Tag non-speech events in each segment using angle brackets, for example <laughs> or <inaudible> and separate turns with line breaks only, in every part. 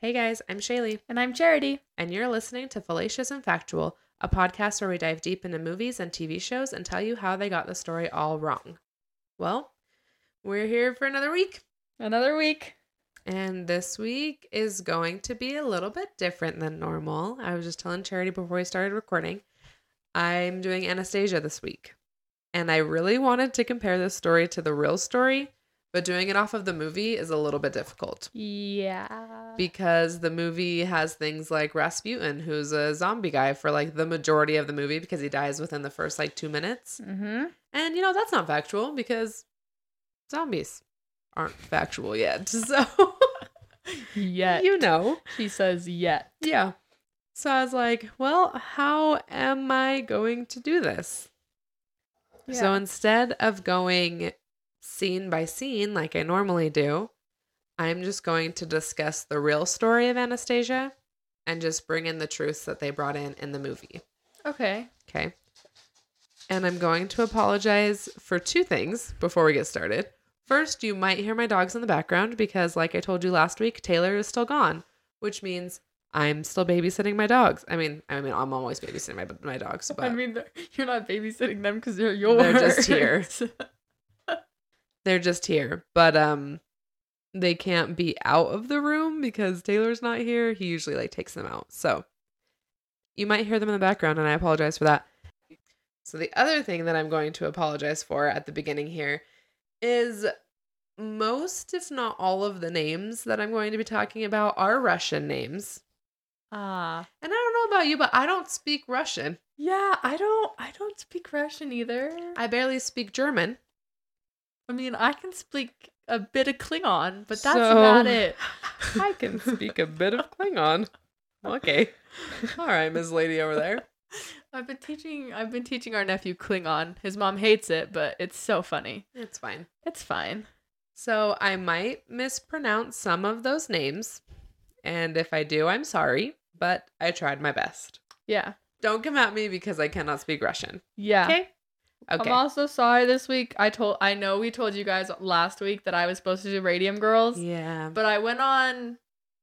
Hey guys, I'm Shaylee,
And I'm Charity.
and you're listening to Fallacious and Factual, a podcast where we dive deep into movies and TV shows and tell you how they got the story all wrong. Well, we're here for another week,
Another week.
and this week is going to be a little bit different than normal. I was just telling Charity before we started recording, I'm doing Anastasia this week, and I really wanted to compare this story to the real story, but doing it off of the movie is a little bit difficult.
Yeah.
because the movie has things like Rasputin, who's a zombie guy for like the majority of the movie because he dies within the first like two minutes.
mm-hmm.
And you know, that's not factual because zombies aren't factual yet. <laughs> So,
Yet.
you know,
She says yet.
yeah. So I was like, well, how am I going to do this? So
Yeah.
instead of going scene by scene like I normally do, I'm just going to discuss the real story of Anastasia and just bring in the truths that they brought in in the movie.
okay.
Okay. And I'm going to apologize for two things before we get started. First, you might hear my dogs in the background because, like I told you last week, Taylor is still gone, which means I'm still babysitting my dogs. I mean, I mean, I'm always babysitting my my dogs, but
I mean, they're- you're not babysitting them because they're yours.
just here. they're just here but um they can't be out of the room because taylor's not here he usually like takes them out so you might hear them in the background and i apologize for that so the other thing that i'm going to apologize for at the beginning here is most if not all of the names that i'm going to be talking about are russian names
<laughs> Ah.
and i don't know about you but i don't speak russian
yeah. I don't. I don't speak Russian either. I,
i barely speak german
I mean, I can speak a bit of Klingon, but that's
So-
about it.
<laughs> <laughs> I can speak a bit of Klingon. Okay. <laughs> All right, Ms. Lady over there.
I've been teaching. I've been teaching our nephew Klingon. His mom hates it, but it's so funny.
It's fine.
It's fine.
So I might mispronounce some of those names. And if I do, I'm sorry, but I tried my best.
Yeah.
Don't come at me because I cannot speak Russian.
Yeah.
Okay. Okay.
I'm also sorry this week. I told I know we told you guys last week that I was supposed to do Radium Girls,
yeah.
but I went on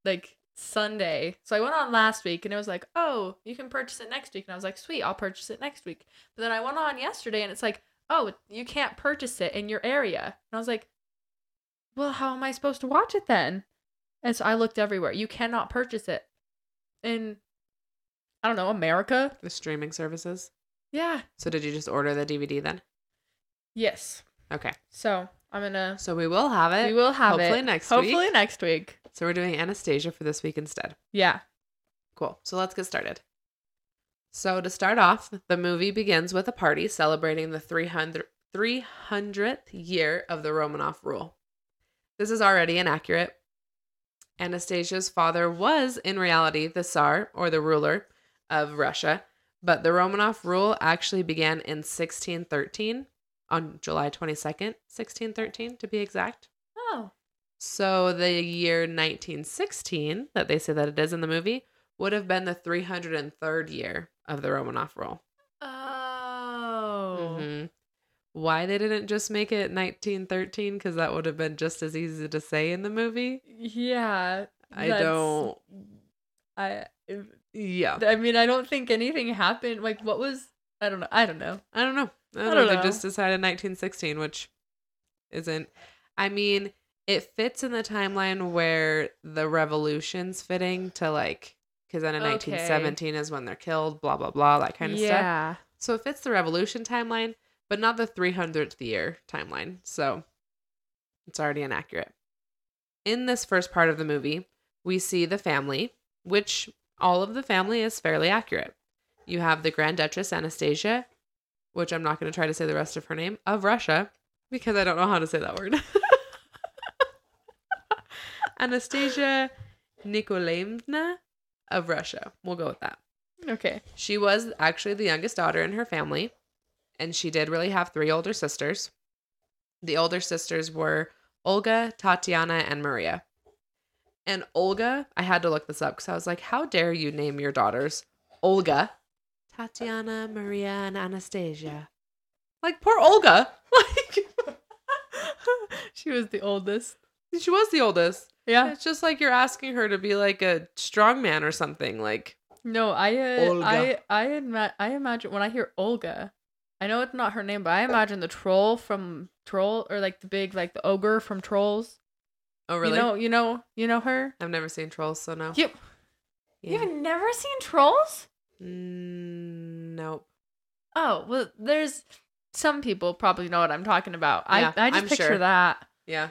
like Sunday. So I went on last week and it was like, "Oh, you can purchase it next week." And I was like, "Sweet, I'll purchase it next week." But then I went on yesterday and it's like, "Oh, you can't purchase it in your area." And I was like, "Well, how am I supposed to watch it then?" And so I looked everywhere. You cannot purchase it in I don't know, America?
The streaming services.
Yeah.
So did you just order the DVD then?
Yes.
Okay.
So, I'm going to
So we will have it.
We will have it.
hopefully next
Hopefully
week.
next week.
So we're doing Anastasia for this week instead.
Yeah.
Cool. So let's get started. So to start off, the movie begins with a party celebrating the 300, 300th year of the Romanov rule. This is already inaccurate. Anastasia's father was, in reality, the Tsar or the ruler of Russia, but the Romanov rule actually began in 1613, on July 22nd, 1613 to be exact.
Oh.
So the year 1916 that they say that it is in the movie would have been the 303rd year of the Romanov rule.
Oh.
Mhm. Why they didn't just make it 1913 because that would have been just as easy to say in the movie.
Yeah.
I
that's-
don't.
I
Yeah,
I mean, I don't think anything happened. Like what was I don't know. I don't know.
I don't know. I don't,
I
know.
don't
They
know.
just decided 1916, which isn't. I mean, it fits in the timeline where the revolution's fitting to like because then in
Okay.
1917 is when they're killed. Blah blah blah. That kind of stuff.
yeah.
So it fits the revolution timeline, but not the 300th year timeline. So it's already inaccurate. In this first part of the movie, we see the family, which all of the family is fairly accurate. You have the Grand Duchess Anastasia, which I'm not going to try to say the rest of her name, of Russia, because I don't know how to say that word. <laughs> Anastasia Nikolaevna of Russia. We'll go with that.
<laughs> Okay.
She was actually the youngest daughter in her family, and she did really have three older sisters. The older sisters were Olga, Tatiana, and Maria. And Olga, I had to look this up because I was like, how dare you name your daughters Olga, Tatiana, Maria, and Anastasia? <laughs> Like, poor Olga. Like,
she was the oldest.
She was the oldest.
Yeah.
It's just like you're asking her to be like a strong man or something. Like,
No, I uh,
Olga.
I I ima- I imagine when I hear Olga, I know it's not her name, but I imagine the troll from Troll or like the big like the ogre from Trolls.
oh really?
You know, you know, you know her.
I've never seen trolls, so no.
You
Yeah.
you've never seen Trolls?
Mm, nope.
Oh well, there's some people probably know what I'm talking about.
Yeah,
I I just
I'm
picture
sure.
that. <laughs>
Yeah.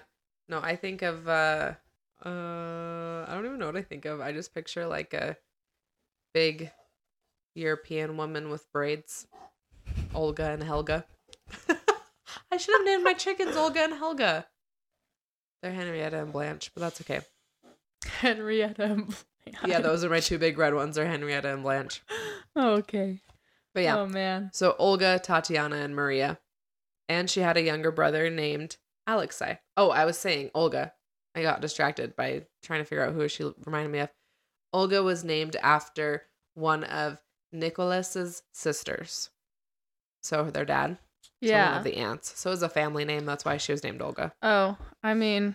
No, I think of uh uh I don't even know what I think of. I just picture like a big European woman with braids. Olga and Helga. <laughs> I should have named my chickens Olga and Helga. They're Henrietta and Blanche, but that's okay.
Henrietta.
Yeah, those are my two big red ones are Henrietta and Blanche.
<laughs> okay.
But yeah.
Oh man.
So Olga, Tatiana, and Maria. And she had a younger brother named Alexei. Oh, I was saying Olga. I got distracted by trying to figure out who she reminded me of. Olga was named after one of Nicholas's sisters. So their dad. so One
Yeah.
of the aunts. So it was a family name. That's why she was named Olga.
Oh, I mean,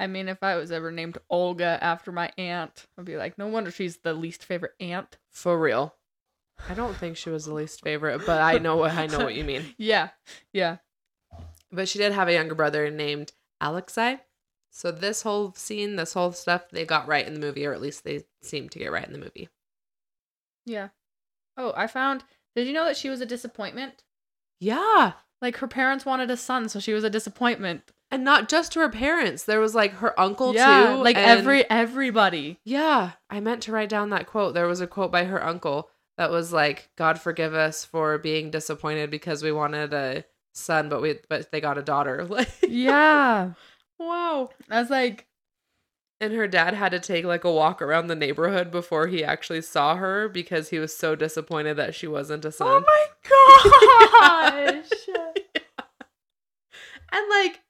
I mean, if I was ever named Olga after my aunt, I'd be like, no wonder she's the least favorite aunt.
For real. I don't think she was the least favorite, but I know what I know what you mean.
Yeah, yeah.
But she did have a younger brother named Alexei. So this whole scene, this whole stuff, they got right in the movie, or at least they seemed to get right in the movie.
Yeah. Oh, I found. Did you know that she was a disappointment?
Yeah.
Like her parents wanted a son, so she was a disappointment.
And not just to her parents. There was like her uncle
yeah,
too.
like
and-
every everybody.
Yeah. I meant to write down that quote. There was a quote by her uncle that was like, God forgive us for being disappointed because we wanted a son, but we but they got a daughter. <laughs> Like
Yeah,
<laughs> Wow.
I was like,
And her dad had to take like a walk around the neighborhood before he actually saw her because he was so disappointed that she wasn't a son.
oh my <laughs> gosh.
and like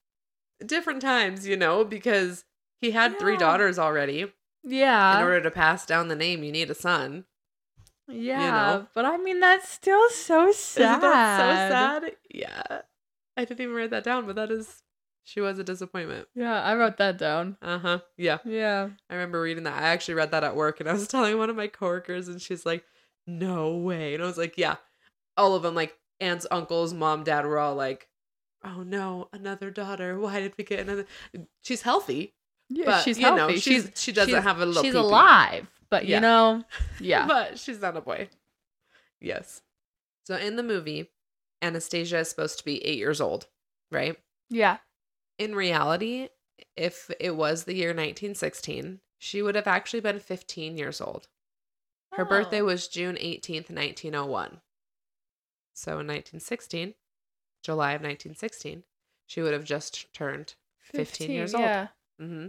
different times, you know, because he had three
Yeah.
daughters already. In
yeah,
order to pass down the name, you need a son.
yeah.
know.
But I mean, that's still so sad.
Isn't that so sad? Yeah. I didn't even write that down, but that is she was a disappointment.
Yeah, I wrote that down.
Uh-huh. Yeah.
Yeah.
I remember reading that. I actually read that at work and I was <laughs> telling one of my coworkers and she's like, "No way." And I was like, "Yeah." All of them like aunts, uncles, mom, dad were all like, "Oh no, another daughter. Why did we get another She's healthy,
Yeah,
but
she's
you know,
healthy. she's
she's she doesn't
she's-
have a little
she's
pee-pee.
alive, but
Yeah.
you
<laughs>
know, yeah.
But she's not a boy. Yes. So in the movie, Anastasia is supposed to be 8 years old, right?
yeah.
In reality, if it was the year 1916, she would have actually been 15 years old. Her birthday was June 18th, 1901. So in 1916, July of 1916, she would have just turned 15 years old.
Oh, Yeah.
Mm-hmm.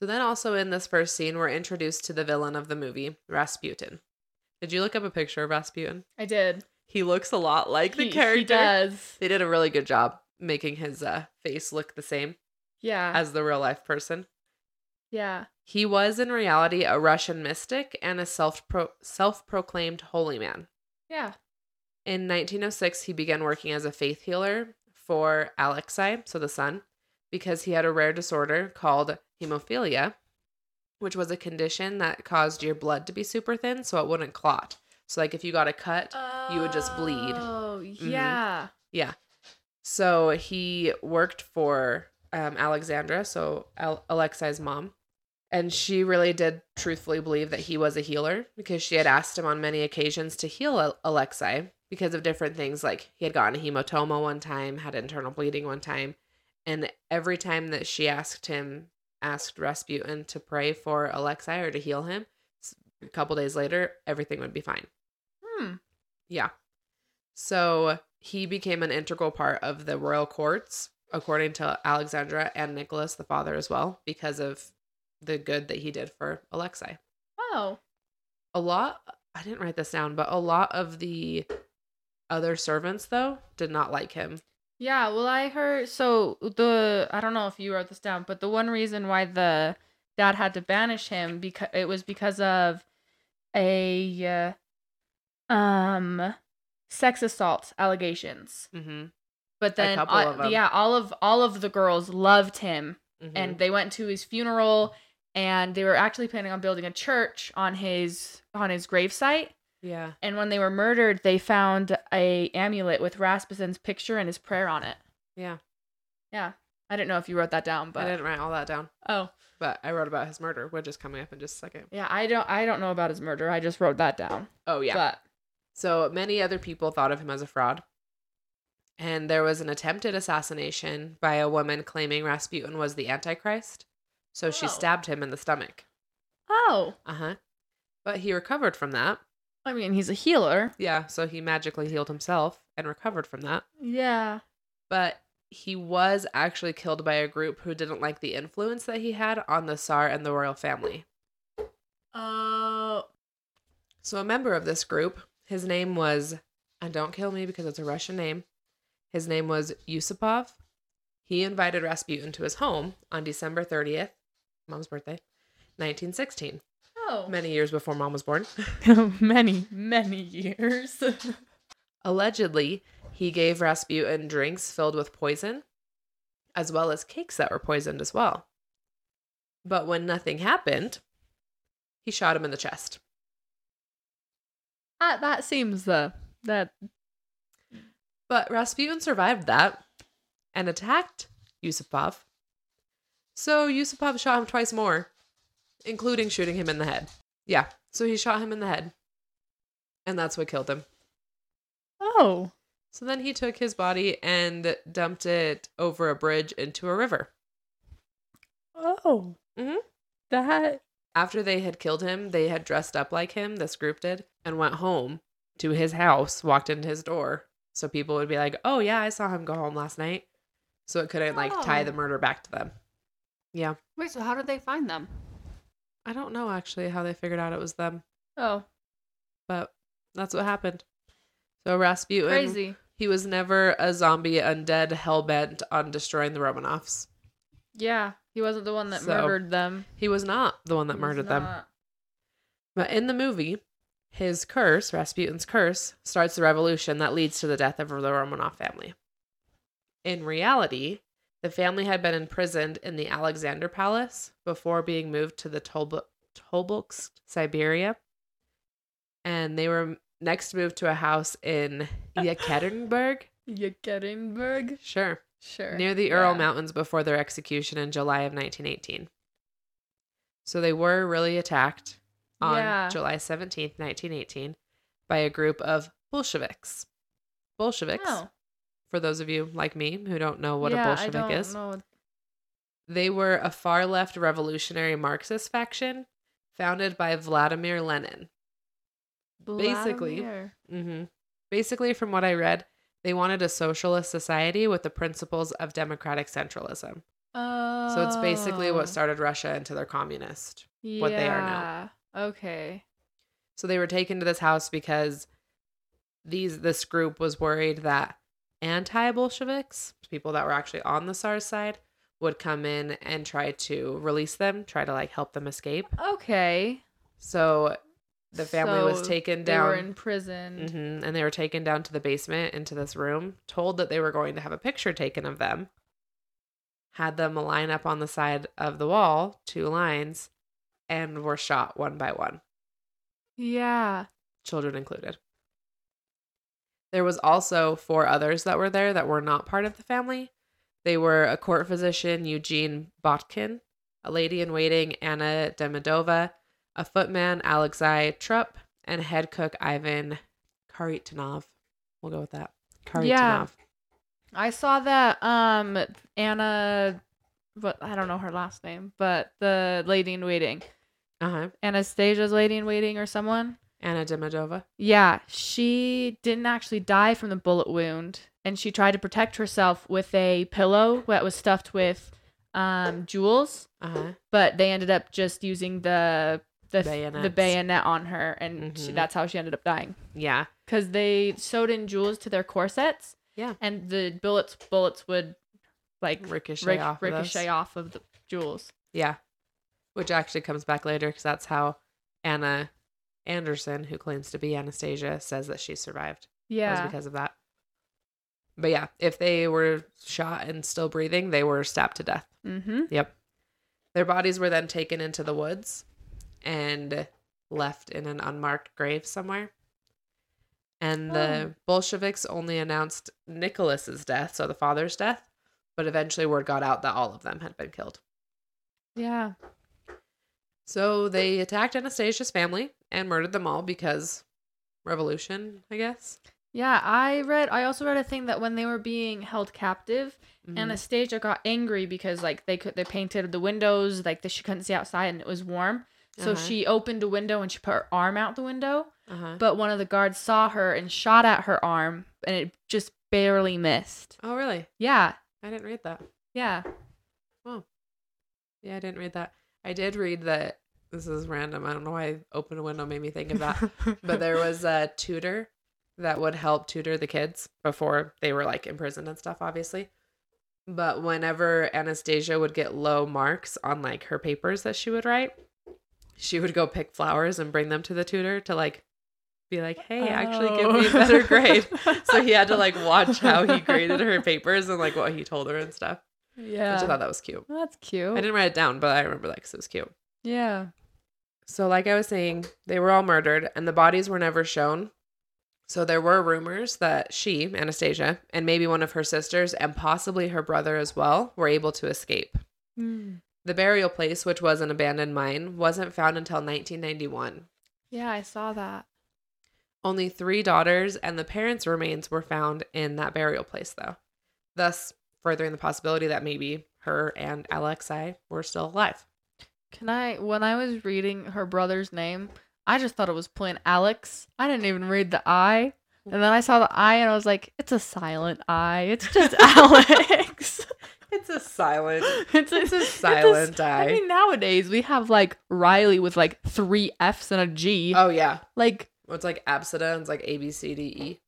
So then, also in this first scene, we're introduced to the villain of the movie, Rasputin. Did you look up a picture of Rasputin?
I did.
He looks a lot like the
He- he
character.
does.
They did a really good job making his uh, face look the same
Yeah.
as the real life person.
yeah.
He was, in reality, a Russian mystic and a self pro- self proclaimed holy man.
Yeah.
In 1906, he began working as a faith healer for Alexei, so the son, because he had a rare disorder called hemophilia, which was a condition that caused your blood to be super thin so it wouldn't clot. So, like, if you got a cut, You would just bleed. Mm-hmm.
Oh, yeah.
yeah. So he worked for um, Alexandra, so Al- Alexei's mom, and she really did truthfully believe that he was a healer because she had asked him on many occasions to heal Al- Alexei because of different things. Like he had gotten a hematoma one time, had internal bleeding one time, and every time that she asked him, asked Rasputin to pray for Alexei or to heal him, s- a couple days later, everything would be fine.
Hmm.
Yeah. So he became an integral part of the royal courts, according to Alexandra and Nicholas, the father, as well, because of the good that he did for Alexei.
Oh.
A lot, I didn't write this down, but a lot of the other servants, though, did not like him.
Yeah, well I heard so the I don't know if you wrote this down, but the one reason why the dad had to banish him because it was because of a uh, um sex assault allegations.
Mm-hmm.
But then,
couple
uh,
of 'em.
yeah, all of all of the girls loved him,
And
and they went to his funeral, and they were actually planning on building a church on his on his gravesite.
yeah.
And when they were murdered, they found a amulet with Rasmussen's picture and his prayer on it.
Yeah.
yeah. I didn't know if you wrote that down,
I
but
didn't write all that down,
oh
but I wrote about his murder, which is coming up in just a second.
yeah, I don't I don't know about his murder. I just wrote that down.
Oh, yeah.
But
So many other people thought of him as a fraud. And there was an attempted assassination by a woman claiming Rasputin was the Antichrist. So she
Oh.
stabbed him in the stomach.
oh,
Uh huh. But he recovered from that.
I mean, he's a healer.
Yeah. So he magically healed himself and recovered from that.
Yeah.
But he was actually killed by a group who didn't like the influence that he had on the Tsar and the royal family.
Oh,
So a member of this group, his name was, and don't kill me because it's a Russian name. His name was Yusupov. He invited Rasputin to his home on December 30th, mom's birthday, 1916,
oh,
many years before mom was born. <laughs>
<laughs> many, many years. <laughs>
Allegedly, he gave Rasputin drinks filled with poison, as well as cakes that were poisoned as well. But when nothing happened, he shot him in the chest.
that, that seems the that
But Rasputin survived that and attacked Yusupov. So Yusupov shot him twice more, including shooting him in the head. Yeah, so he shot him in the head. And that's what killed him.
oh
So then he took his body and dumped it over a bridge into a river.
oh
Mhm.
that
After they had killed him, they had dressed up like him, this group did, and went home to his house, walked into his door. So people would be like, oh, yeah, I saw him go home last night. So it couldn't like tie
Oh.
the murder back to them. Yeah.
wait. So how did they find them?
I don't know actually how they figured out it was them,
Oh,
but that's what happened. So Rasputin,
crazy.
he was never a zombie undead hell bent on destroying the Romanovs.
Yeah, he wasn't the one that
So,
murdered them.
He was not the one that
He was
murdered them.
not-
But in the movie, his curse, Rasputin's curse, starts the revolution that leads to the death of the Romanov family. In reality, the family had been imprisoned in the Alexander Palace before being moved to the Tolb- Tobolsk, Siberia. And they were next moved to a house in Yekaterinburg,
Yekaterinburg.
sure,
Sure.
near the Ural
Yeah.
Mountains before their execution in July of 1918. So they were really attacked on
Yeah.
July 17th, 1918, by a group of Bolsheviks. Bolsheviks,
Oh,
for those of you like me who don't know what
yeah,
a Bolshevik
I don't
is,
know.
they were a far left revolutionary Marxist faction founded by Vladimir Lenin. Basically-
Vladimir.
hmm Basically, from what I read, they wanted a socialist society with the principles of democratic centralism.
Oh,
So it's basically what started Russia into their communist what they are now.
Oh, Yeah, Okay.
So they were taken to this house because these this group was worried that anti-Bolsheviks, people that were actually on the Tsar's side, would come in and try to release them, try to like help them escape.
Okay.
So the family was
So
taken
They were
down.
in prison.
Mhm, and they were taken down to the basement into this room, told that they were going to have a picture taken of them. Had them line up on the side of the wall, two lines, and were shot one by one.
Yeah.
children included. There was also four others that were there that were not part of the family. They were a court physician, Eugene Botkin, a lady in waiting, Anna Demidova, a footman, Alexei Trupp, and head cook, Ivan Karitanov. We'll go with that. Karitanov.
Yeah. I saw that um Anna what I don't know her last name, but the lady in waiting.
Uh huh.
Anastasia's lady in waiting or someone.
Anna Demidova.
Yeah, she didn't actually die from the bullet wound and she tried to protect herself with a pillow that was stuffed with um jewels,
Uh huh.
but they ended up just using the the the
Bayonets.
bayonet on her and she,
Mhm.
that's how she ended up dying.
Yeah.
because they sewed in jewels to their corsets.
Yeah.
and the bullets bullets would like ric-
Ricochet
ricochet,
off.
off,
of those.
of the jewels.
Yeah. Which actually comes back later because that's how Anna Anderson, who claims to be Anastasia, says that she survived. It was
Yeah,
because of that. But yeah, if they were shot and still breathing, they were stabbed to death.
Mm-hmm.
Yep. Their bodies were then taken into the woods and left in an unmarked grave somewhere. And the Bolsheviks only announced Nicholas's death, so the father's death, but eventually word got out that all of them had been killed.
Yeah.
So they attacked Anastasia's family and murdered them all because revolution, I guess.
Yeah, I read I also read a thing that when they were being held captive,
Mhm.
Anastasia got angry because like they could they painted the windows like that she couldn't see outside and it was warm. So
Uh-huh.
she opened a window and she put her arm out the window,
Uh-huh.
but one of the guards saw her and shot at her arm and it just barely missed.
Oh, really?
Yeah.
I didn't read that.
Yeah.
Yeah, I didn't read that. I did read that. This is random. I don't know why open a window made me think of that. but
<laughs>
there was a tutor that would help tutor the kids before they were like imprisoned and stuff, obviously. But whenever Anastasia would get low marks on like her papers that she would write, she would go pick flowers and bring them to the tutor to like be like, hey, actually give
Oh.
me a better
<laughs>
grade. so he had to like watch how he graded her papers and like what he told her and stuff.
Yeah. Oh.
Which I thought that was cute.
Well, that's cute.
I didn't write it down, but I remember that because it was cute.
Yeah.
So, like I was saying, they were all murdered and the bodies were never shown. So, there were rumors that she, Anastasia, and maybe one of her sisters and possibly her brother as well were able to escape.
Mm.
The burial place, which was an abandoned mine, wasn't found until 1991.
Yeah, I saw that.
Only three daughters and the parents' remains were found in that burial place, though, thus furthering the possibility that maybe her and Alexei were still alive.
Can I? When I was reading her brother's name, I just thought it was plain Alex. I didn't even read the I. And then I saw the I and I was like, it's a silent I. It's
<laughs>
just Alex.
It's a silent,
<laughs> it's,
it's a
it's
silent
I
die.
mean, nowadays we have like Riley with like three F's and a G.
<laughs> Oh, yeah.
like,
Well, It's like absida. and It's like A B C D E.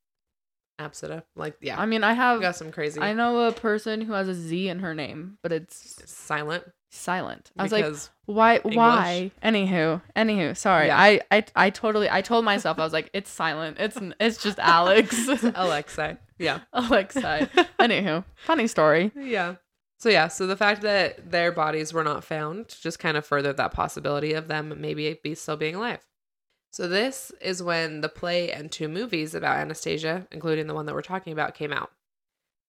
Absida. Like yeah,
I mean, I
we got
have,
some crazy
I know a person who has a Z in her name, but it's
silent.
silent. I was
Because
like, Why?
English.
Why? Anywho, anywho. Sorry,
Yeah.
I, I, I totally. I told myself I was like, it's silent. It's, n- it's <laughs> just Alex,
it's
<laughs>
Alexei. Yeah,
Alexa. Anywho, funny story.
yeah. So yeah, so the fact that their bodies were not found just kind of furthered that possibility of them maybe be still being alive. So this is when the play and two movies about Anastasia, including the one that we're talking about, came out.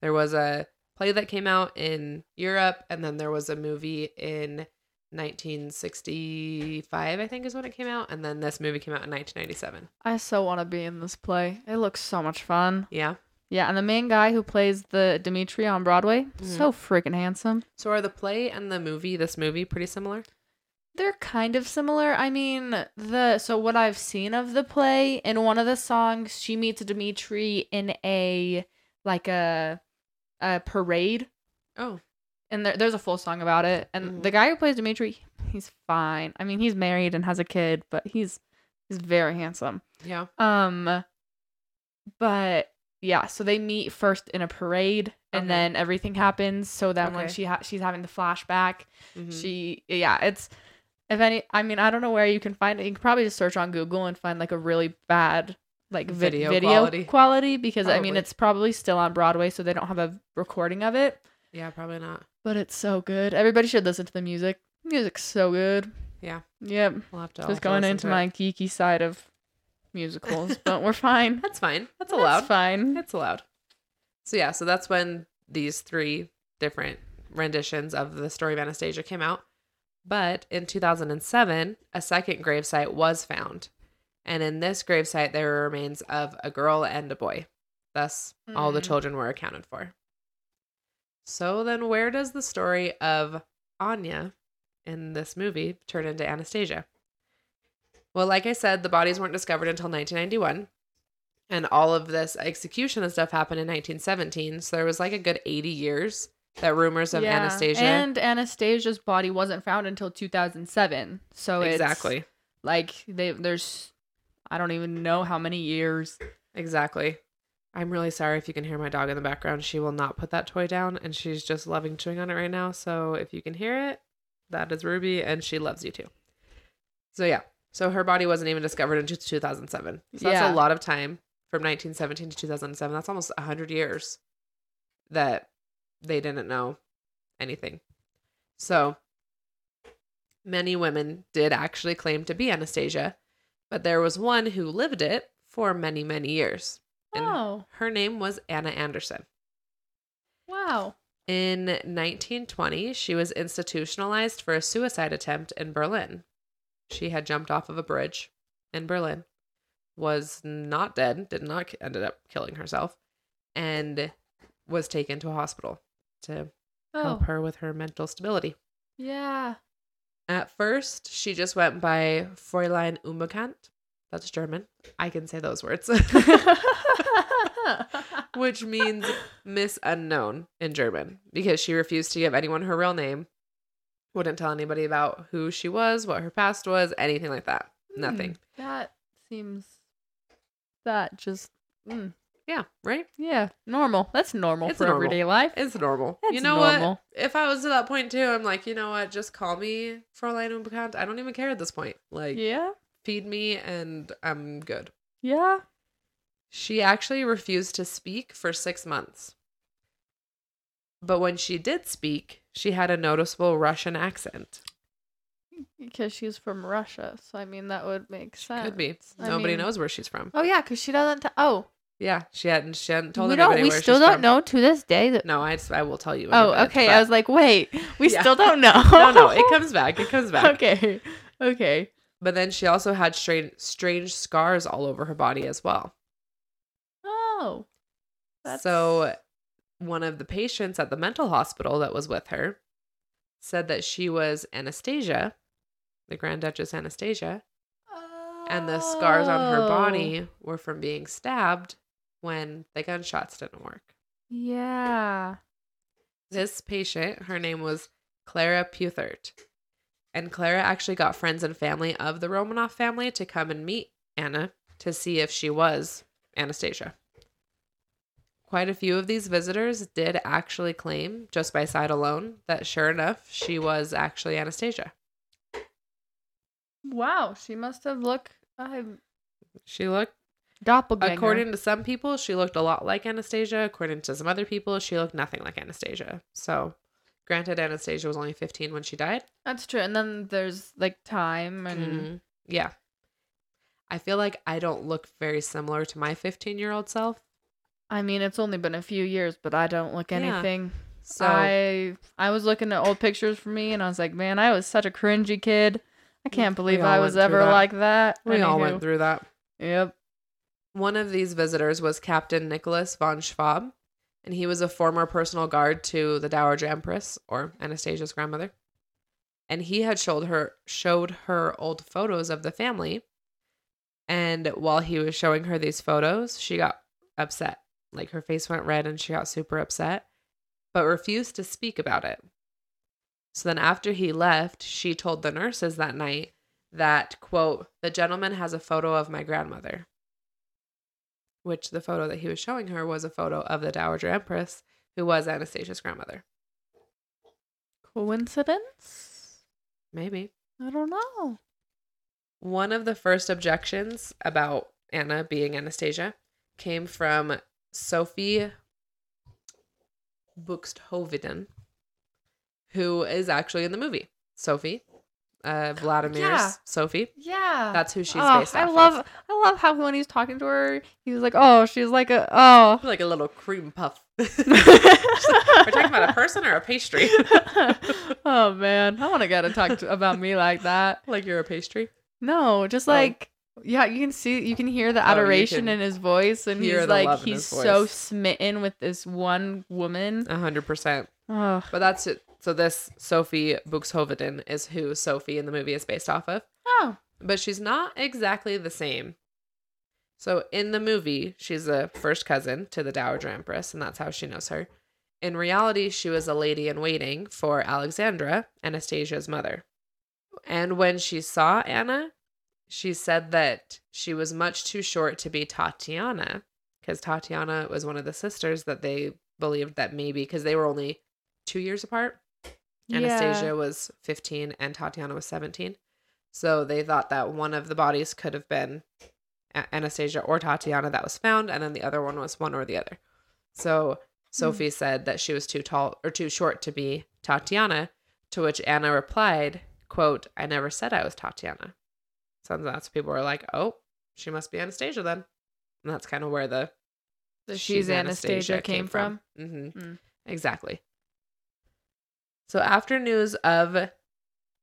There was a play that came out in Europe, and then there was a movie in 1965, I think, is when it came out, and then this movie came out in 1997.
I so want to be in this play. It looks so much fun.
Yeah.
Yeah, and the main guy who plays the Dimitri on Broadway, so freaking handsome.
So are the play and the movie, this movie, pretty similar?
They're kind of similar. I mean, the so what I've seen of the play in one of the songs, she meets Dimitri in a like a a parade
Oh,
and there, there's a full song about it. And
Mhm.
the guy who plays Dimitri, he's fine. I mean, he's married and has a kid, but he's he's very handsome.
yeah.
Um, but yeah, so they meet first in a parade, and
Okay.
then everything happens. So then when
Okay.
she ha- she's having the flashback,
Mhm.
she yeah, it's if any. I mean, I don't know where you can find it. You can probably just search on Google and find like a really bad like vi-
Video
video,
quality.
quality. because I mean
Probably.
it's probably still on Broadway, so they don't have a recording of it
yeah, probably not.
but it's so good. Everybody should listen to the music. Music's so good.
Yeah.
Yep.
We'll have to. I'll have
Just
to
going
listen
into
to it.
my geeky side of musicals, but
<laughs>
we're fine.
That's fine. That's
That's
allowed.
fine.
It's allowed. So yeah, so that's when these three different renditions of the story of Anastasia came out. But in 2007, a second gravesite was found. And in this gravesite, there were remains of a girl and a boy. Thus, all the
Mm.
children were accounted for. So then, where does the story of Anya in this movie turn into Anastasia? Well, like I said, the bodies weren't discovered until 1991. And all of this execution and stuff happened in 1917. So there was like a good 80 years that rumors of Anastasia.
And Anastasia's body wasn't found until 2007. So it's
exactly.
like they there's I don't even know how many years.
Exactly. I'm really sorry if you can hear my dog in the background. She will not put that toy down and she's just loving chewing on it right now. So if you can hear it, that is Ruby and she loves you too. So yeah. So her body wasn't even discovered until 2007. So that's
Yeah.
a lot of time from 1917 to 2007. That's almost 100 years that they didn't know anything. So many women did actually claim to be Anastasia, but there was one who lived it for many, many years. And
Oh,
her name was Anna Anderson.
wow.
In 1920, she was institutionalized for a suicide attempt in Berlin. She had jumped off of a bridge in Berlin, was not dead, did not ended up killing herself, and was taken to a hospital to help
Oh,
her with her mental stability.
<laughs>
<laughs>
yeah.
At first, she just went by Fräulein Unbekannt. That's German. I can say those words, <laughs> which means Miss Unknown in German because she refused to give anyone her real name, wouldn't tell anybody about who she was, what her past was, anything like that. Nothing.
Hmm, That seems. That just. Mm,
Yeah, right?
yeah, normal. That's normal
It's
for
normal.
everyday life.
It's normal.
That's
you know
normal.
what? If I was to that point too, I'm like, you know what? Just call me Fräulein Unbekannt. I don't even care at this point. Like,
yeah,
feed me and I'm good.
yeah.
She actually refused to speak for six months. But when she did speak, she had a noticeable Russian accent.
Because she's from Russia, so I mean that would make sense.
Could be.
Uh, I
Nobody
mean-
knows where she's from.
Oh yeah, because she doesn't. T- oh,
Yeah, she hadn't. She hadn't told
we
anybody
don't. We
where
still
she's
don't
from.
know to this day that.
No, I, I will tell you. in a
oh,
minute,
okay.
but-
I was like, wait, we
Yeah.
still don't know.
<laughs> no, no,
<laughs>
it comes back. It comes back.
okay, okay.
But then she also had strange, strange scars all over her body as well.
Oh,
So, one of the patients at the mental hospital that was with her said that she was Anastasia, the Grand Duchess Anastasia, and the scars on her
Oh.
body were from being stabbed when the gunshots didn't work.
Yeah.
This patient, her name was Clara Puthert, and Clara actually got friends and family of the Romanoff family to come and meet Anna to see if she was Anastasia. Quite a few of these visitors did actually claim, just by sight alone, that sure enough, she was actually Anastasia.
Wow, she must have looked. I'm
She looked
doppelganger.
According to some people, she looked a lot like Anastasia. According to some other people, she looked nothing like Anastasia. So, granted, Anastasia was only 15 when she died.
That's true. And then there's like time and
Mhm. Yeah. I feel like I don't look very similar to my 15 year old self.
I mean it's only been a few years, but I don't look
Yeah.
anything.
So,
I I was looking at old pictures for me and I was like, man, I was such a cringy kid. I can't believe
all
I
went
was
through
ever
that.
like that.
we all
Anywho.
went through that.
Yep.
One of these visitors was Captain Nicholas von Schwab, and he was a former personal guard to the Dowager Empress or Anastasia's grandmother. And he had showed her showed her old photos of the family. And while he was showing her these photos, she got upset. Like her face went red and she got super upset, but refused to speak about it. So then after he left, she told the nurses that night that quote, the gentleman has a photo of my grandmother which the photo that he was showing her was a photo of the Dowager Empress, who was Anastasia's grandmother.
Coincidence?
Maybe.
I don't know.
One of the first objections about Anna being Anastasia came from Sophie Buxtehoveden, who is actually in the movie. Sophie, uh, Vladimir's
Yeah.
Sophie.
Yeah.
That's who she's
Oh,
based
I
off
love
of.
I love how when he's talking to her, he was like, Oh, she's like a oh <laughs>
Like a little cream puff.
We're
We're talking about a person or a pastry?
<laughs> oh man, I want to gotta talk to, about me like that.
like you're a pastry.
No, just
Oh.
like yeah, you can see, you can hear the
you
adoration
can
in his voice, and
hear
he's
the
like
love in
he's
his
so
voice.
smitten with this one woman.
A hundred percent.
Ugh.
But that's it. So this Sophie Buxhoveden is who Sophie in the movie is based off of.
Oh,
But she's not exactly the same. So in the movie, she's a first cousin to the Dowager Empress, and that's how she knows her. In reality, she was a lady in waiting for Alexandra, Anastasia's mother. And when she saw Anna, she said that she was much too short to be Tatiana, because Tatiana was one of the sisters that they believed that maybe, because they were only two years apart. Anastasia was 15 and Tatiana was 17. So they thought that one of the bodies could have been A- Anastasia or Tatiana that was found, and then the other one was one or the other. So Sophie said that she was too tall or too short to be Tatiana, to which Anna replied, quote, I never said I was Tatiana. So that's people were like, oh, she must be Anastasia then. And that's kind of where the
The she's Anastasia came from.
Mm-hmm.
Mm.
Exactly. So after news of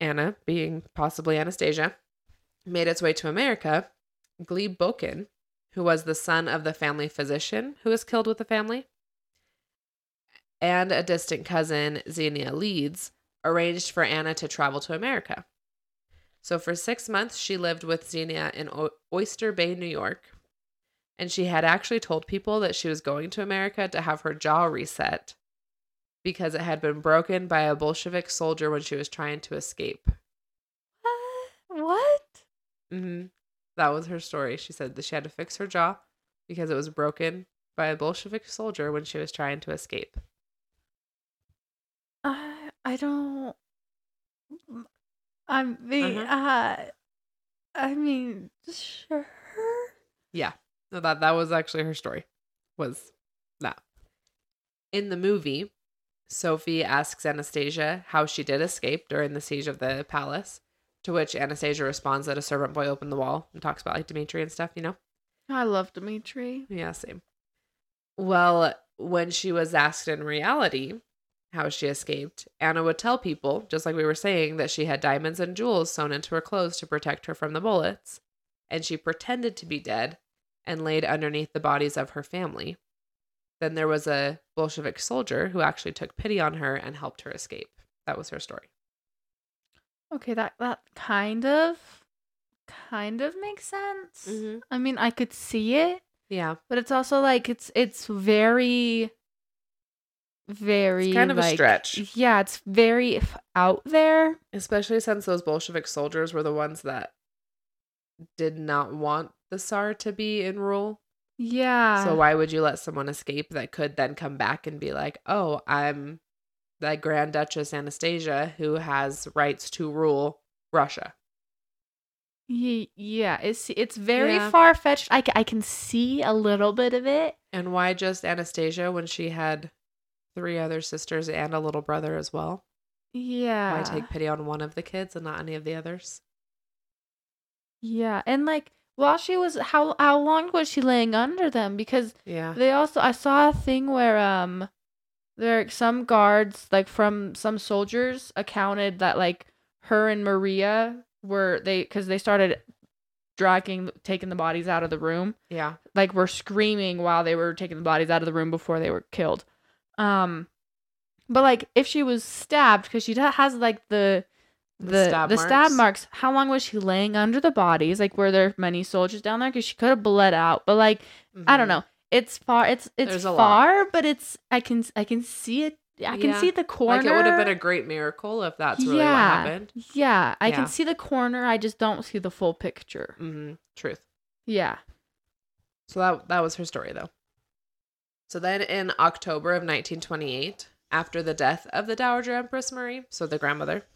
Anna being possibly Anastasia made its way to America, Glebe Boken, who was the son of the family physician who was killed with the family, and a distant cousin, Xenia Leeds, arranged for Anna to travel to America. So for six months, she lived with Xenia in o- Oyster Bay, New York, and she had actually told people that she was going to America to have her jaw reset because it had been broken by a Bolshevik soldier when she was trying to escape.
What?
hmm That was her story. She said that she had to fix her jaw because it was broken by a Bolshevik soldier when she was trying to escape.
I I don't. I mean,
Uh-huh.
uh, I mean, sure.
So that that was actually her story. Was that in the movie? Sophie asks Anastasia how she did escape during the siege of the palace, to which Anastasia responds that a servant boy opened the wall and talks about like Dimitri and stuff, you know?
I love Dimitri.
Yeah, same. Well, when she was asked in reality how she escaped, Anna would tell people, just like we were saying, that she had diamonds and jewels sewn into her clothes to protect her from the bullets, and she pretended to be dead and laid underneath the bodies of her family. Then there was a Bolshevik soldier who actually took pity on her and helped her escape. That was her story.
Okay, that that kind of, kind of makes sense.
Mhm.
I mean, I could see it,
Yeah.
but it's also like it's it's very, very
kind of a
like-
stretch.
Yeah, it's very f- out there.
Especially since those Bolshevik soldiers were the ones that did not want the Tsar to be in rule.
Yeah.
So why would you let someone escape that could then come back and be like, "Oh, I'm the Grand Duchess Anastasia who has rights to rule Russia."
Ye- yeah, it's it's very
Yeah.
far fetched. I, c- I can see a little bit of it.
And why just Anastasia when she had three other sisters and a little brother as well?
Yeah.
Why take pity on one of the kids and not any of the others?
Yeah, and like while she was how how long was she laying under them? Because
Yeah.
they also I saw a thing where um there are some guards like from some soldiers accounted that like her and Maria were they because they started dragging taking the bodies out of the room
Yeah.
like were screaming while they were taking the bodies out of the room before they were killed. Um but like if she was stabbed cuz she da- has like the the the stab, marks. how long was she laying under the bodies? Like were there many soldiers down there cuz she could have bled out. But like I don't
Mhm.
know. It's far it's it's
There's a lot.
far, but it's I can I can see it. I can
Yeah.
see the corner.
Like it would have been a great miracle if that's really what happened.
Yeah, I
Yeah.
can see the corner. I just don't see the full picture.
Mhm. Truth.
Yeah.
So that that was her story though. So then in October of 1928, after the death of the Dowager Empress Marie, so the grandmother,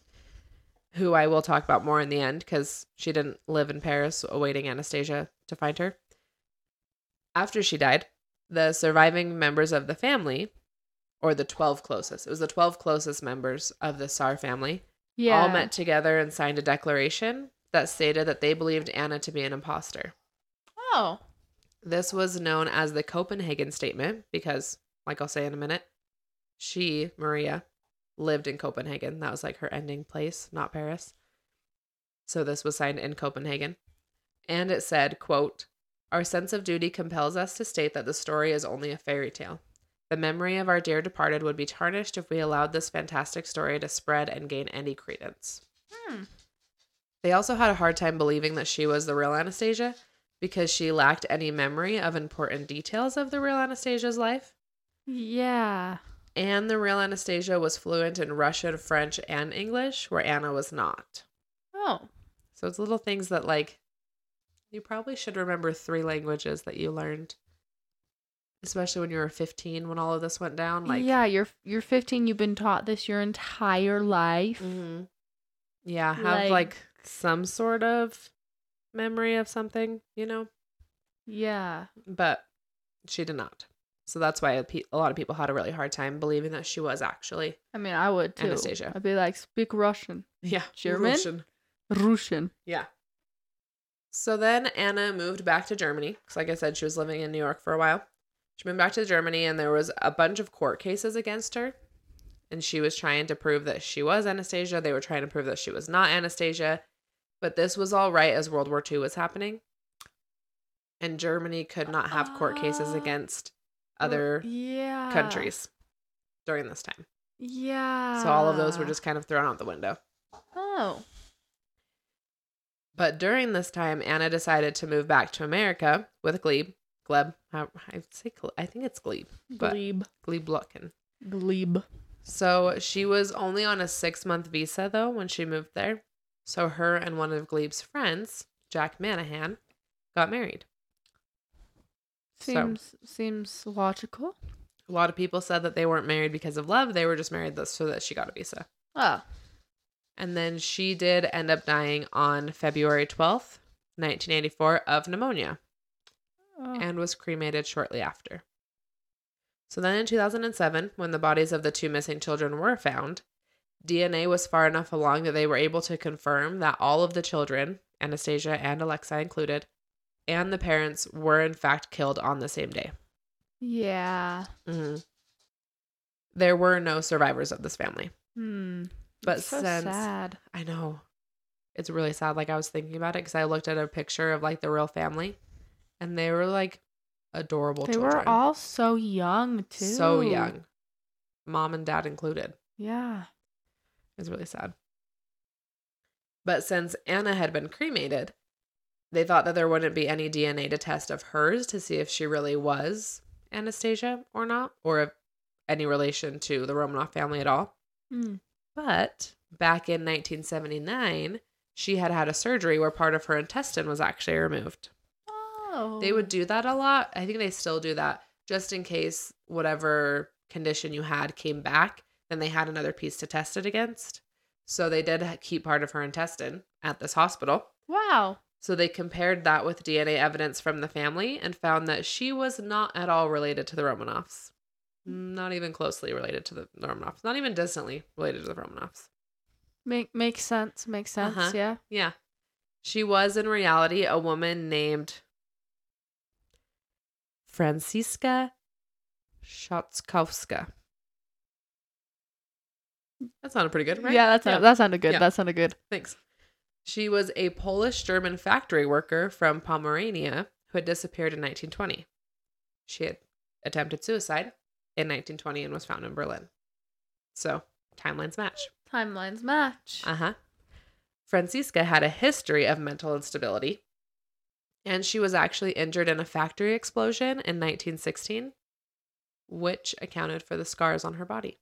who I will talk about more in the end cuz she didn't live in Paris awaiting Anastasia to find her. After she died, the surviving members of the family or the 12 closest. It was the 12 closest members of the Tsar family
Yeah.
all met together and signed a declaration that stated that they believed Anna to be an imposter.
Oh.
This was known as the Copenhagen Statement because, like I'll say in a minute, she, Maria, lived in Copenhagen. That was like her ending place, not Paris. So this was signed in Copenhagen. And it said, quote, Our sense of duty compels us to state that the story is only a fairy tale. The memory of our dear departed would be tarnished if we allowed this fantastic story to spread and gain any credence.
Hmm.
They also had a hard time believing that she was the real Anastasia because she lacked any memory of important details of the real Anastasia's life.
Yeah.
And the real Anastasia was fluent in Russian, French, and English, where Anna was not.
Oh.
So it's little things that, like, you probably should remember three languages that you learned, especially when you were 15 when all of this went down. Like,
yeah, you're you're 15. You've been taught this your entire life.
mhm. yeah, have like,
Like-
some sort of memory of something, you know?
Yeah.
But she did not. So that's why a, pe- a lot of people had a really hard time believing that she was actually.
<laughs> I mean, I would too.
Anastasia.
I'd be like, speak Russian.
Yeah.
German?
Russian.
Russian.
Yeah. So then Anna moved back to Germany because, like I said, she was living in New York for a while. She moved back to Germany, and there was a bunch of court cases against her, and she was trying to prove that she was Anastasia. They were trying to prove that she was not Anastasia, but this was all right as World War II was happening, and Germany could not have court cases
Ah.
against other
yeah.
countries during this time.
Yeah.
So all of those were
Ah.
just kind of thrown out the window.
Oh.
But during this time, Anna decided to move back to America with Glebe. Gleb, I I say Gleb, I think it's Glebe. But-
Glebe.
Glebe Lotkin.
Glebe.
So she was only on a six month visa though when she moved there. So her and one of Glebe's friends, Jack Manahan, got married. So-
Seems seems logical.
A lot of people said that they weren't married because of love; they were just married th- so that she got a visa.
Oh.
And then she did end up dying on February twelfth, nineteen eighty four, of pneumonia.
Oh.
and was cremated shortly after. So then in 2007, when the bodies of the two missing children were found, DNA was far enough along that they were able to confirm that all of the children, Anastasia and Alexa included, and the parents were in fact killed on the same day.
yeah.
There were no survivors of this family.
Hmm.
But
It's so
since
sad.
I know it's really sad, like I was thinking about it because I looked at a picture of like the real family and they were like adorable
They
children.
were all so young too.
so young mom and dad included
Yeah.
is really sad but since anna had been cremated they thought that there wouldn't be any dna to test of hers to see if she really was anastasia or not or if any relation to the romanoff family at all
Mm.
but back in 1979 she had had a surgery where part of her intestine was actually removed
Oh.
they would do that a lot. I think they still do that just in case whatever condition you had came back, then they had another piece to test it against. So they did ha- keep part of her intestine at this hospital.
Wow.
So they compared that with DNA evidence from the family and found that she was not at all related to the Romanovs. Not even closely related to the Romanovs. Not even distantly related to the Romanovs.
Make makes sense. Makes sense.
Uh-huh.
Yeah.
Yeah. She was in reality a woman named Franziska Schatzkowska. That sounded pretty good, right?
Yeah. That sounded, that sounded good.
Yeah.
That sounded good.
Thanks. She was a Polish German factory worker from Pomerania who had disappeared in 1920. She had attempted suicide in 1920 and was found in Berlin. So, timelines match.
Timelines match.
Uh huh. Francisca had a history of mental instability, and she was actually injured in a factory explosion in 1916, which accounted for the scars on her body.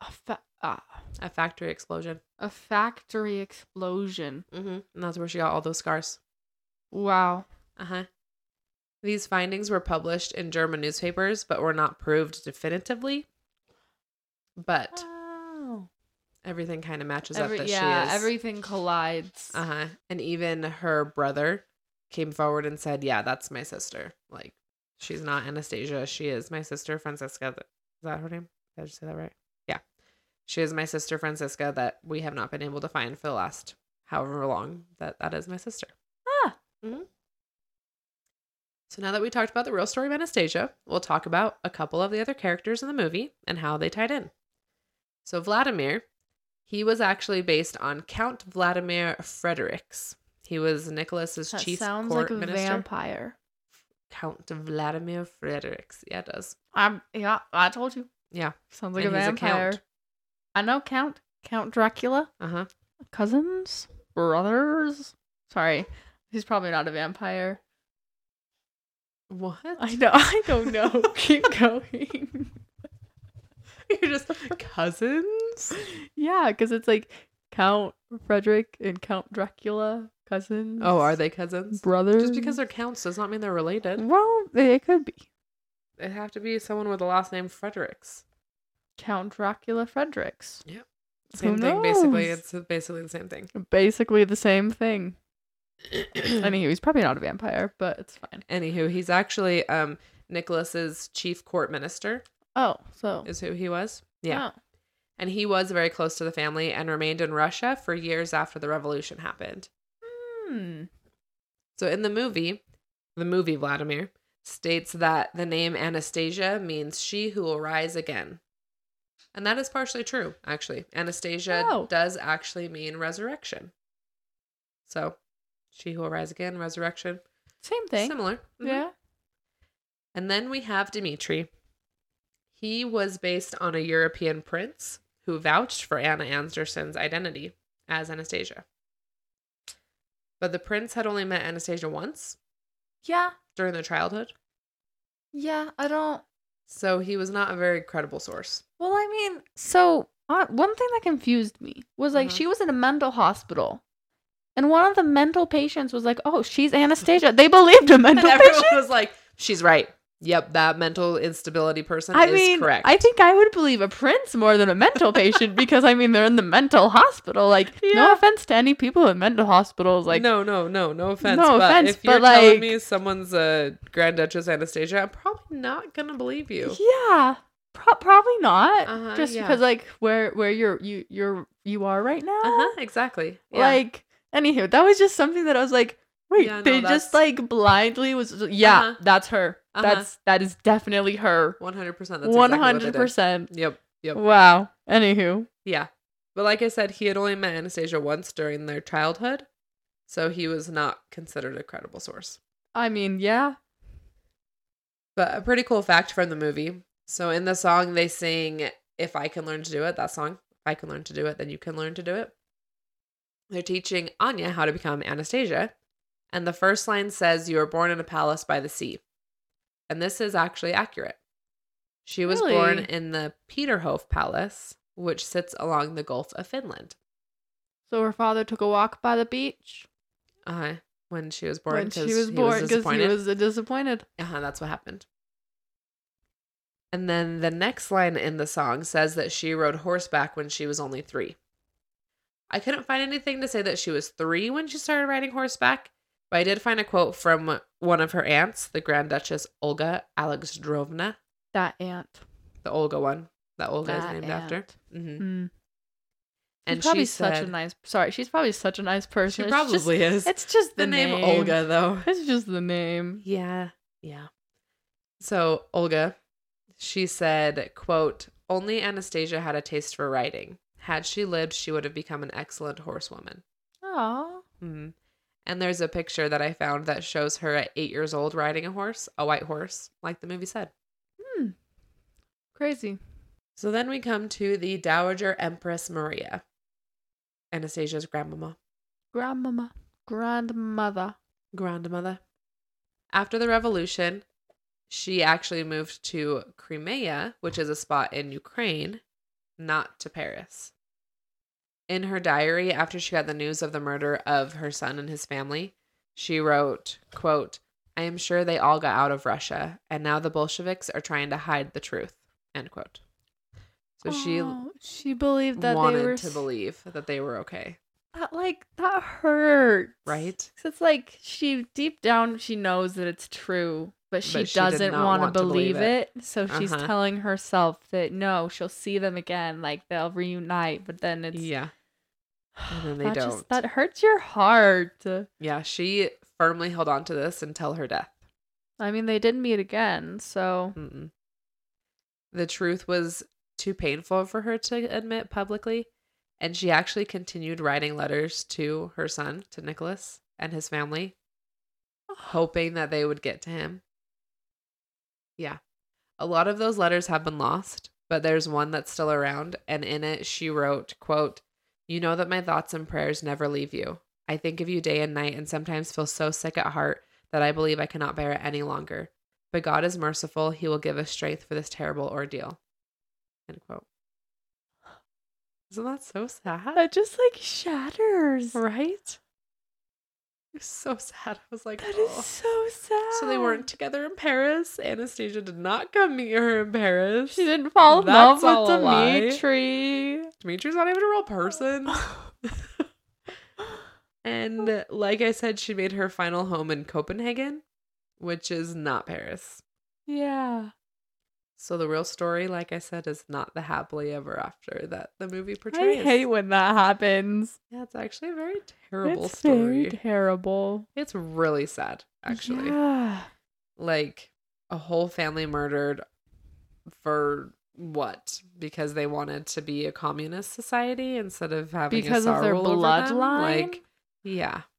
a, fa- ah,
A factory explosion.
a factory explosion.
Mm-hmm. And that's where she got all those scars.
Wow.
Uh huh. These findings were published in German newspapers, but were not proved definitively. But
Wow.
everything kind of matches
Every-
up that
yeah,
she is.
everything collides.
Uh huh. And even her brother came forward and said, "Yeah, that's my sister. Like, she's not Anastasia. She is my sister, Francisca. Th- Is that her name? Did I just say that right? Yeah, she is my sister, Francisca. That we have not been able to find for the last however long that that is my sister.
Ah.
Mhm. So now that we talked about the real story of Anastasia, we'll talk about a couple of the other characters in the movie and how they tied in. So Vladimir, he was actually based on Count Vladimir Fredericks. He was Nicholas's
that
chief
sounds
court
like a
minister.
vampire.
Count Vladimir Fredericks. Yeah, it does.
I'm, yeah, I told you.
Yeah.
Sounds like
And
a
he's a count.
vampire. I know Count. Count Dracula.
Uh huh.
Cousins? Brothers? Sorry. He's probably not a vampire.
What?
I know. I don't know. <laughs> Keep going.
<laughs> You're
<laughs>
just cousins.
yeah, because it's like Count Frederick and Count Dracula. Cousins.
Oh, are they cousins?
Brothers.
Just because they're counts does not mean they're related.
Well, they could be.
They have to be someone with the last name Fredericks.
Count Dracula Fredericks.
Same thing, basically.
knows?
It's basically the same thing.
Basically the same thing. Anywho, he's probably not a vampire, but it's fine.
Anywho, he's actually um, Nicholas's chief court minister,
Oh, so
is who he was. Yeah.
oh.
And he was very close to the family and remained in Russia for years after the revolution happened.
Hmm.
So in the movie, the movie Vladimir states that the name Anastasia means she who will rise again. And that is partially true, actually. Anastasia
Oh.
does actually mean resurrection. So she who will rise again, resurrection.
Same thing.
Similar. Mhm.
Yeah.
And then we have Dmitri. He was based on a European prince who vouched for Anna Anderson's identity as Anastasia. But the prince had only met Anastasia once
Yeah.
during their childhood,
Yeah. I don't.
so he was not a very credible
<laughs>
source.
Well, I mean, so uh, one thing that confused me was like
Mhm.
she was in a mental hospital, and one of the mental patients was like, "Oh, she's Anastasia." They believed a
And
mental
<laughs> everyone
patient.
was like, she's right. Yep, that mental instability person
I
is
mean,
correct.
I think I would believe a prince more than a mental patient because I mean they're in the mental hospital. Like,
Yeah.
no offense to any people in mental hospitals, like
no, no, no, no offense.
No
but
offense,
if you're
but,
telling
like-
me someone's a Grand Duchess Anastasia, I'm probably not gonna believe you.
Yeah, pro- probably not.
Uh-huh,
just
yeah.
because like where where you're you you're you are right now.
Uh huh. Exactly. Yeah.
Like anywho, that was just something that I was like, wait,
Yeah, no,
they
that's-
just like blindly was yeah,
Uh-huh.
that's her.
Uh-huh.
That's that is definitely her.
One hundred percent. That's
One
one hundred
hundred
percent.
percent.
Yep. Yep.
Wow. Anywho,
Yeah. But like I said, he had only met Anastasia once during their childhood, so he was not considered a credible source.
I mean, yeah.
But a pretty cool fact from the movie. So in the song, they sing "If I Can Learn to Do It." That song, "If I Can Learn to Do It, Then You Can Learn to Do It." They're teaching Anya how to become Anastasia, and the first line says, "You were born in a palace by the sea," and this is actually accurate. She was born
Really?
in the Peterhof Palace, which sits along the Gulf of Finland.
So her father took a walk by the beach
Uh, when she was born,
when
because
she was born because he
disappointed.
was uh, disappointed.
Uh-huh, that's what happened. And then the next line in the song says that she rode horseback when she was only three. I couldn't find anything to say that she was three when she started riding horseback, but I did find a quote from one of her aunts, the Grand Duchess Olga Alexandrovna,
That aunt.
the Olga one that Olga is
That
named after.
aunt.
hmm
Mm. She's
And
probably
she said,
such a nice. Sorry, she's probably such a nice
she
person. It's just-
probably is.
It's just
the name, Olga, though.
It's just the name.
Yeah. Yeah. So Olga, she said, quote, only Anastasia had a taste for riding. Had she lived, she would have become an excellent horsewoman.
Oh.
Hmm. And there's a picture that I found that shows her at eight years old riding a horse, a white horse, like the movie said.
Hmm. Crazy.
So then we come to the Dowager Empress Maria, Anastasia's grandmama.
Grandmama. Grandmother.
grandmother. After the revolution, she actually moved to Crimea, which is a spot in Ukraine, not to Paris. In her diary, after she got the news of the murder of her son and his family, she wrote, quote, I am sure they all got out of Russia, and now the Bolsheviks are trying to hide the truth, end quote. So she
Oh, she believed that they
wanted
were
to
s-
believe that they were okay,
that like that hurts.
right?
'Cause it's like she deep down she knows that it's true, but she
But she did
doesn't
not
wanna
want to believe
believe it. So she's
Uh-huh.
telling herself that no, she'll see them again, like they'll reunite, but then it's
Yeah. And then they
that
don't.
that hurts your heart.
Yeah, she firmly held on to this until her death.
I mean, they did meet again, so
Mm-mm. The truth was too painful for her to admit publicly, and she actually continued writing letters to her son, to Nicholas and his family, hoping that they would get to him. Yeah. A lot of those letters have been lost, but there's one that's still around, and in it she wrote, quote, "You know that my thoughts and prayers never leave you. I think of you day and night and sometimes feel so sick at heart that I believe I cannot bear it any longer." But God is merciful. He will give us strength for this terrible ordeal. End quote. Isn't that so sad?
That just like shatters.
Right? It's so sad. I was like,
That
"Oh."
is so sad.
so they weren't together in Paris. Anastasia did not come meet her in Paris.
She didn't fall in
That's
love
all
with
a lie.
Dimitri. <laughs>
Dimitri's not even a real person. And uh, like I said, she made her final home in Copenhagen, which is not Paris.
Yeah.
So the real story, like I said, is not the happily ever after that the movie
I
portrays.
hate when that happens.
yeah, it's actually a very terrible
it's
story.
very terrible.
it's really sad, actually.
Yeah.
Like a whole family murdered for what? Because they wanted to be a communist society instead of having a
Because of
Tsar
their
rule over them?
bloodline?
Like, yeah.
<sighs>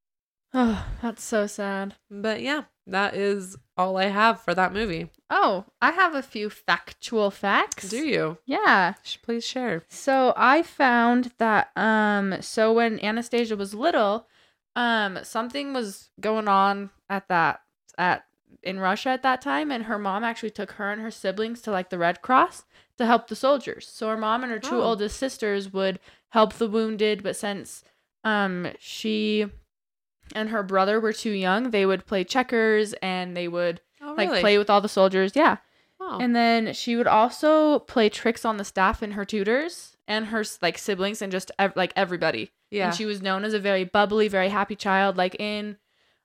Oh, that's so sad.
But yeah, that is all I have for that movie.
Oh, I have a few factual facts.
Do you?
Yeah.
Sh- Please share.
So I found that um so when Anastasia was little, um something was going on at that at in Russia at that time and her mom actually took her and her siblings to like the Red Cross to help the soldiers. So her mom and her two
Oh.
oldest sisters would help the wounded, but since um she and her brother were too young, they would play checkers and they would
Oh,
like play with all the soldiers. Yeah.
Oh,
And then she would also play tricks on the staff and her tutors and her like siblings and just ev- like everybody.
yeah.
And she was known as a very bubbly, very happy child. Like in,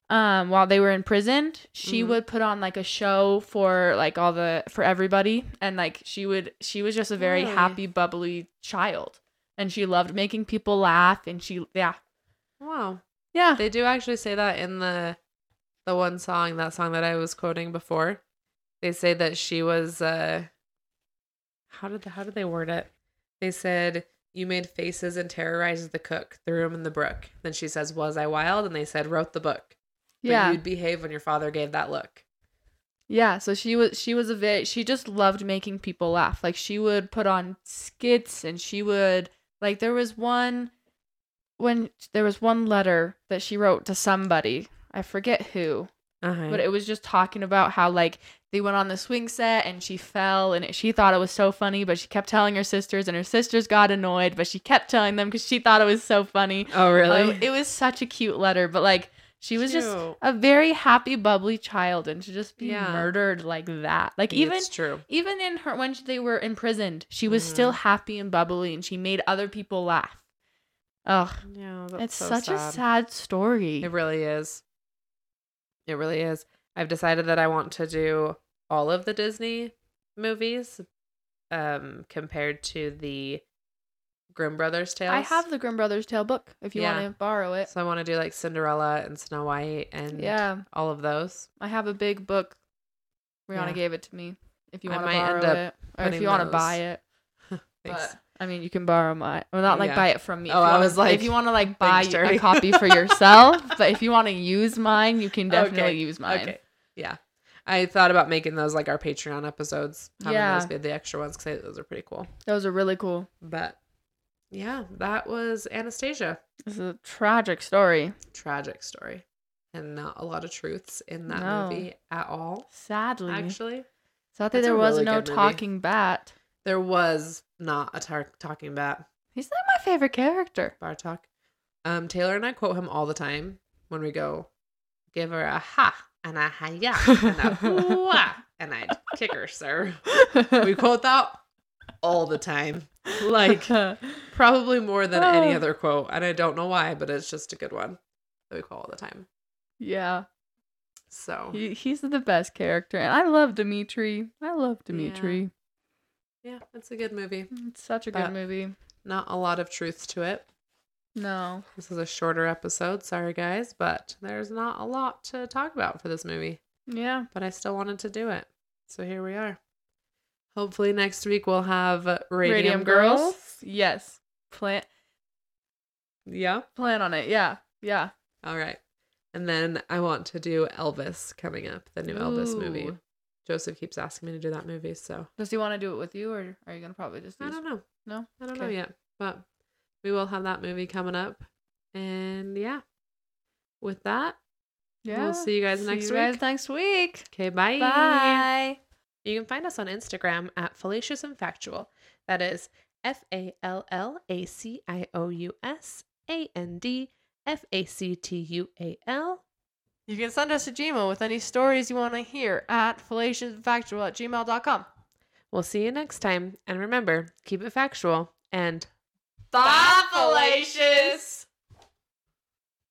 um, while they were imprisoned, she
Mhm.
would put on like a show for like all the for everybody, and like she would she was just a very
Really?
happy, bubbly child, and she loved making people laugh. And she yeah
wow.
yeah
They do actually say that in the the one song, that song that I was quoting before. They say that she was uh how did the, how did they word it? They said you made faces and terrorized the cook, threw him in the brook. Then she says, "Was I wild?" And they said, "Wrote the book." But
yeah
you'd behave when your father gave that look.
Yeah, so she was she was a very she just loved making people laugh. Like she would put on skits and she would like there was one when there was one letter that she wrote to somebody. I forget who,
Uh-huh.
but it was just talking about how like they went on the swing set and she fell and it, she thought it was so funny, but she kept telling her sisters and her sisters got annoyed, but she kept telling them cuz she thought it was so funny.
oh, really?
Oh, it was such a cute letter, but like she was just a very happy, bubbly child, and to just be
Yeah.
murdered like that, like
even
even
it's true.
even in her when they were imprisoned, she was still
Mm-hmm.
happy and bubbly, and she made other people laugh. Ugh,
Yeah,
it's such a sad story.
It really is. It really is. I've decided that I want to do all of the Disney movies um compared to the Grimm Brothers tales.
I have the Grimm Brothers Tale book if you
Yeah.
want to borrow it.
so I want to do like Cinderella and Snow White and
yeah,
all of those.
I have a big book. Rihanna
Yeah.
gave it to me. If you
I
want to
might end
borrow
up
it, or if
putting
you want to
those.
buy it,
Thanks.
But, I mean, you can borrow my. Well, not like
Yeah.
buy it from me. if
Oh,
you
I
wanna-
was like,
if you want to like buy
"Thanks,
a
Jerry."
copy
<laughs>
for yourself, but if you want to use mine, you can definitely
Okay.
use mine.
Okay. Yeah. I thought about making those like our Patreon episodes. Having
Yeah.
those be the extra ones because those are pretty cool.
Those are really cool.
But yeah, that was Anastasia.
This is a tragic story.
Tragic story. And not a lot of truths in that
No.
movie at all.
Sadly,
Actually,
so I
that's
think there
a
was
really
no
good movie.
talking bat.
there was not a tar- talking bat,
He's like my favorite character. <laughs>
Bartok. Um, Taylor and I quote him all the time when we go, give her a ha and a ha ya and a hoo-ah,
<laughs>
and I kick her, sir. We quote that all the time. <laughs>
<laughs>
Like, probably more than any
Oh.
other quote. And I don't know why, but it's just a good one that we quote all the time.
yeah,
So,
he, he's the best character, and I love Dimitri. I love Dimitri.
yeah, it's a good movie.
It's such a
But-
good movie.
Not a lot of truths to it.
No,
This is a shorter episode, sorry guys, but there's not a lot to talk about for this movie,
yeah,
but I still wanted to do it. So here we are. Hopefully next week we'll have Radium, Girls.
Yes, plant.
Yeah.
plan on it. Yeah. Yeah.
All right. And then I want to do Elvis coming up, the new Elvis movie.
Ooh.
Joseph keeps asking me to do that movie, so
Does he want to do it with you or are you going to probably just
I
use
don't know.
No?
I don't know
Okay.
yet. But we will have that movie coming up. And yeah. With that, we'll see you guys next
you
week.
guys next week.
Okay, bye. You can find us on Instagram at Fallacious and Factual. That is F A L L A C I O U S A N D F A C T U A L.
You can send us a Gmail with any stories you want to hear at fallaciousfactual at gmail.com.
We'll see you next time. And remember, keep it factual and
Bye, fallacious.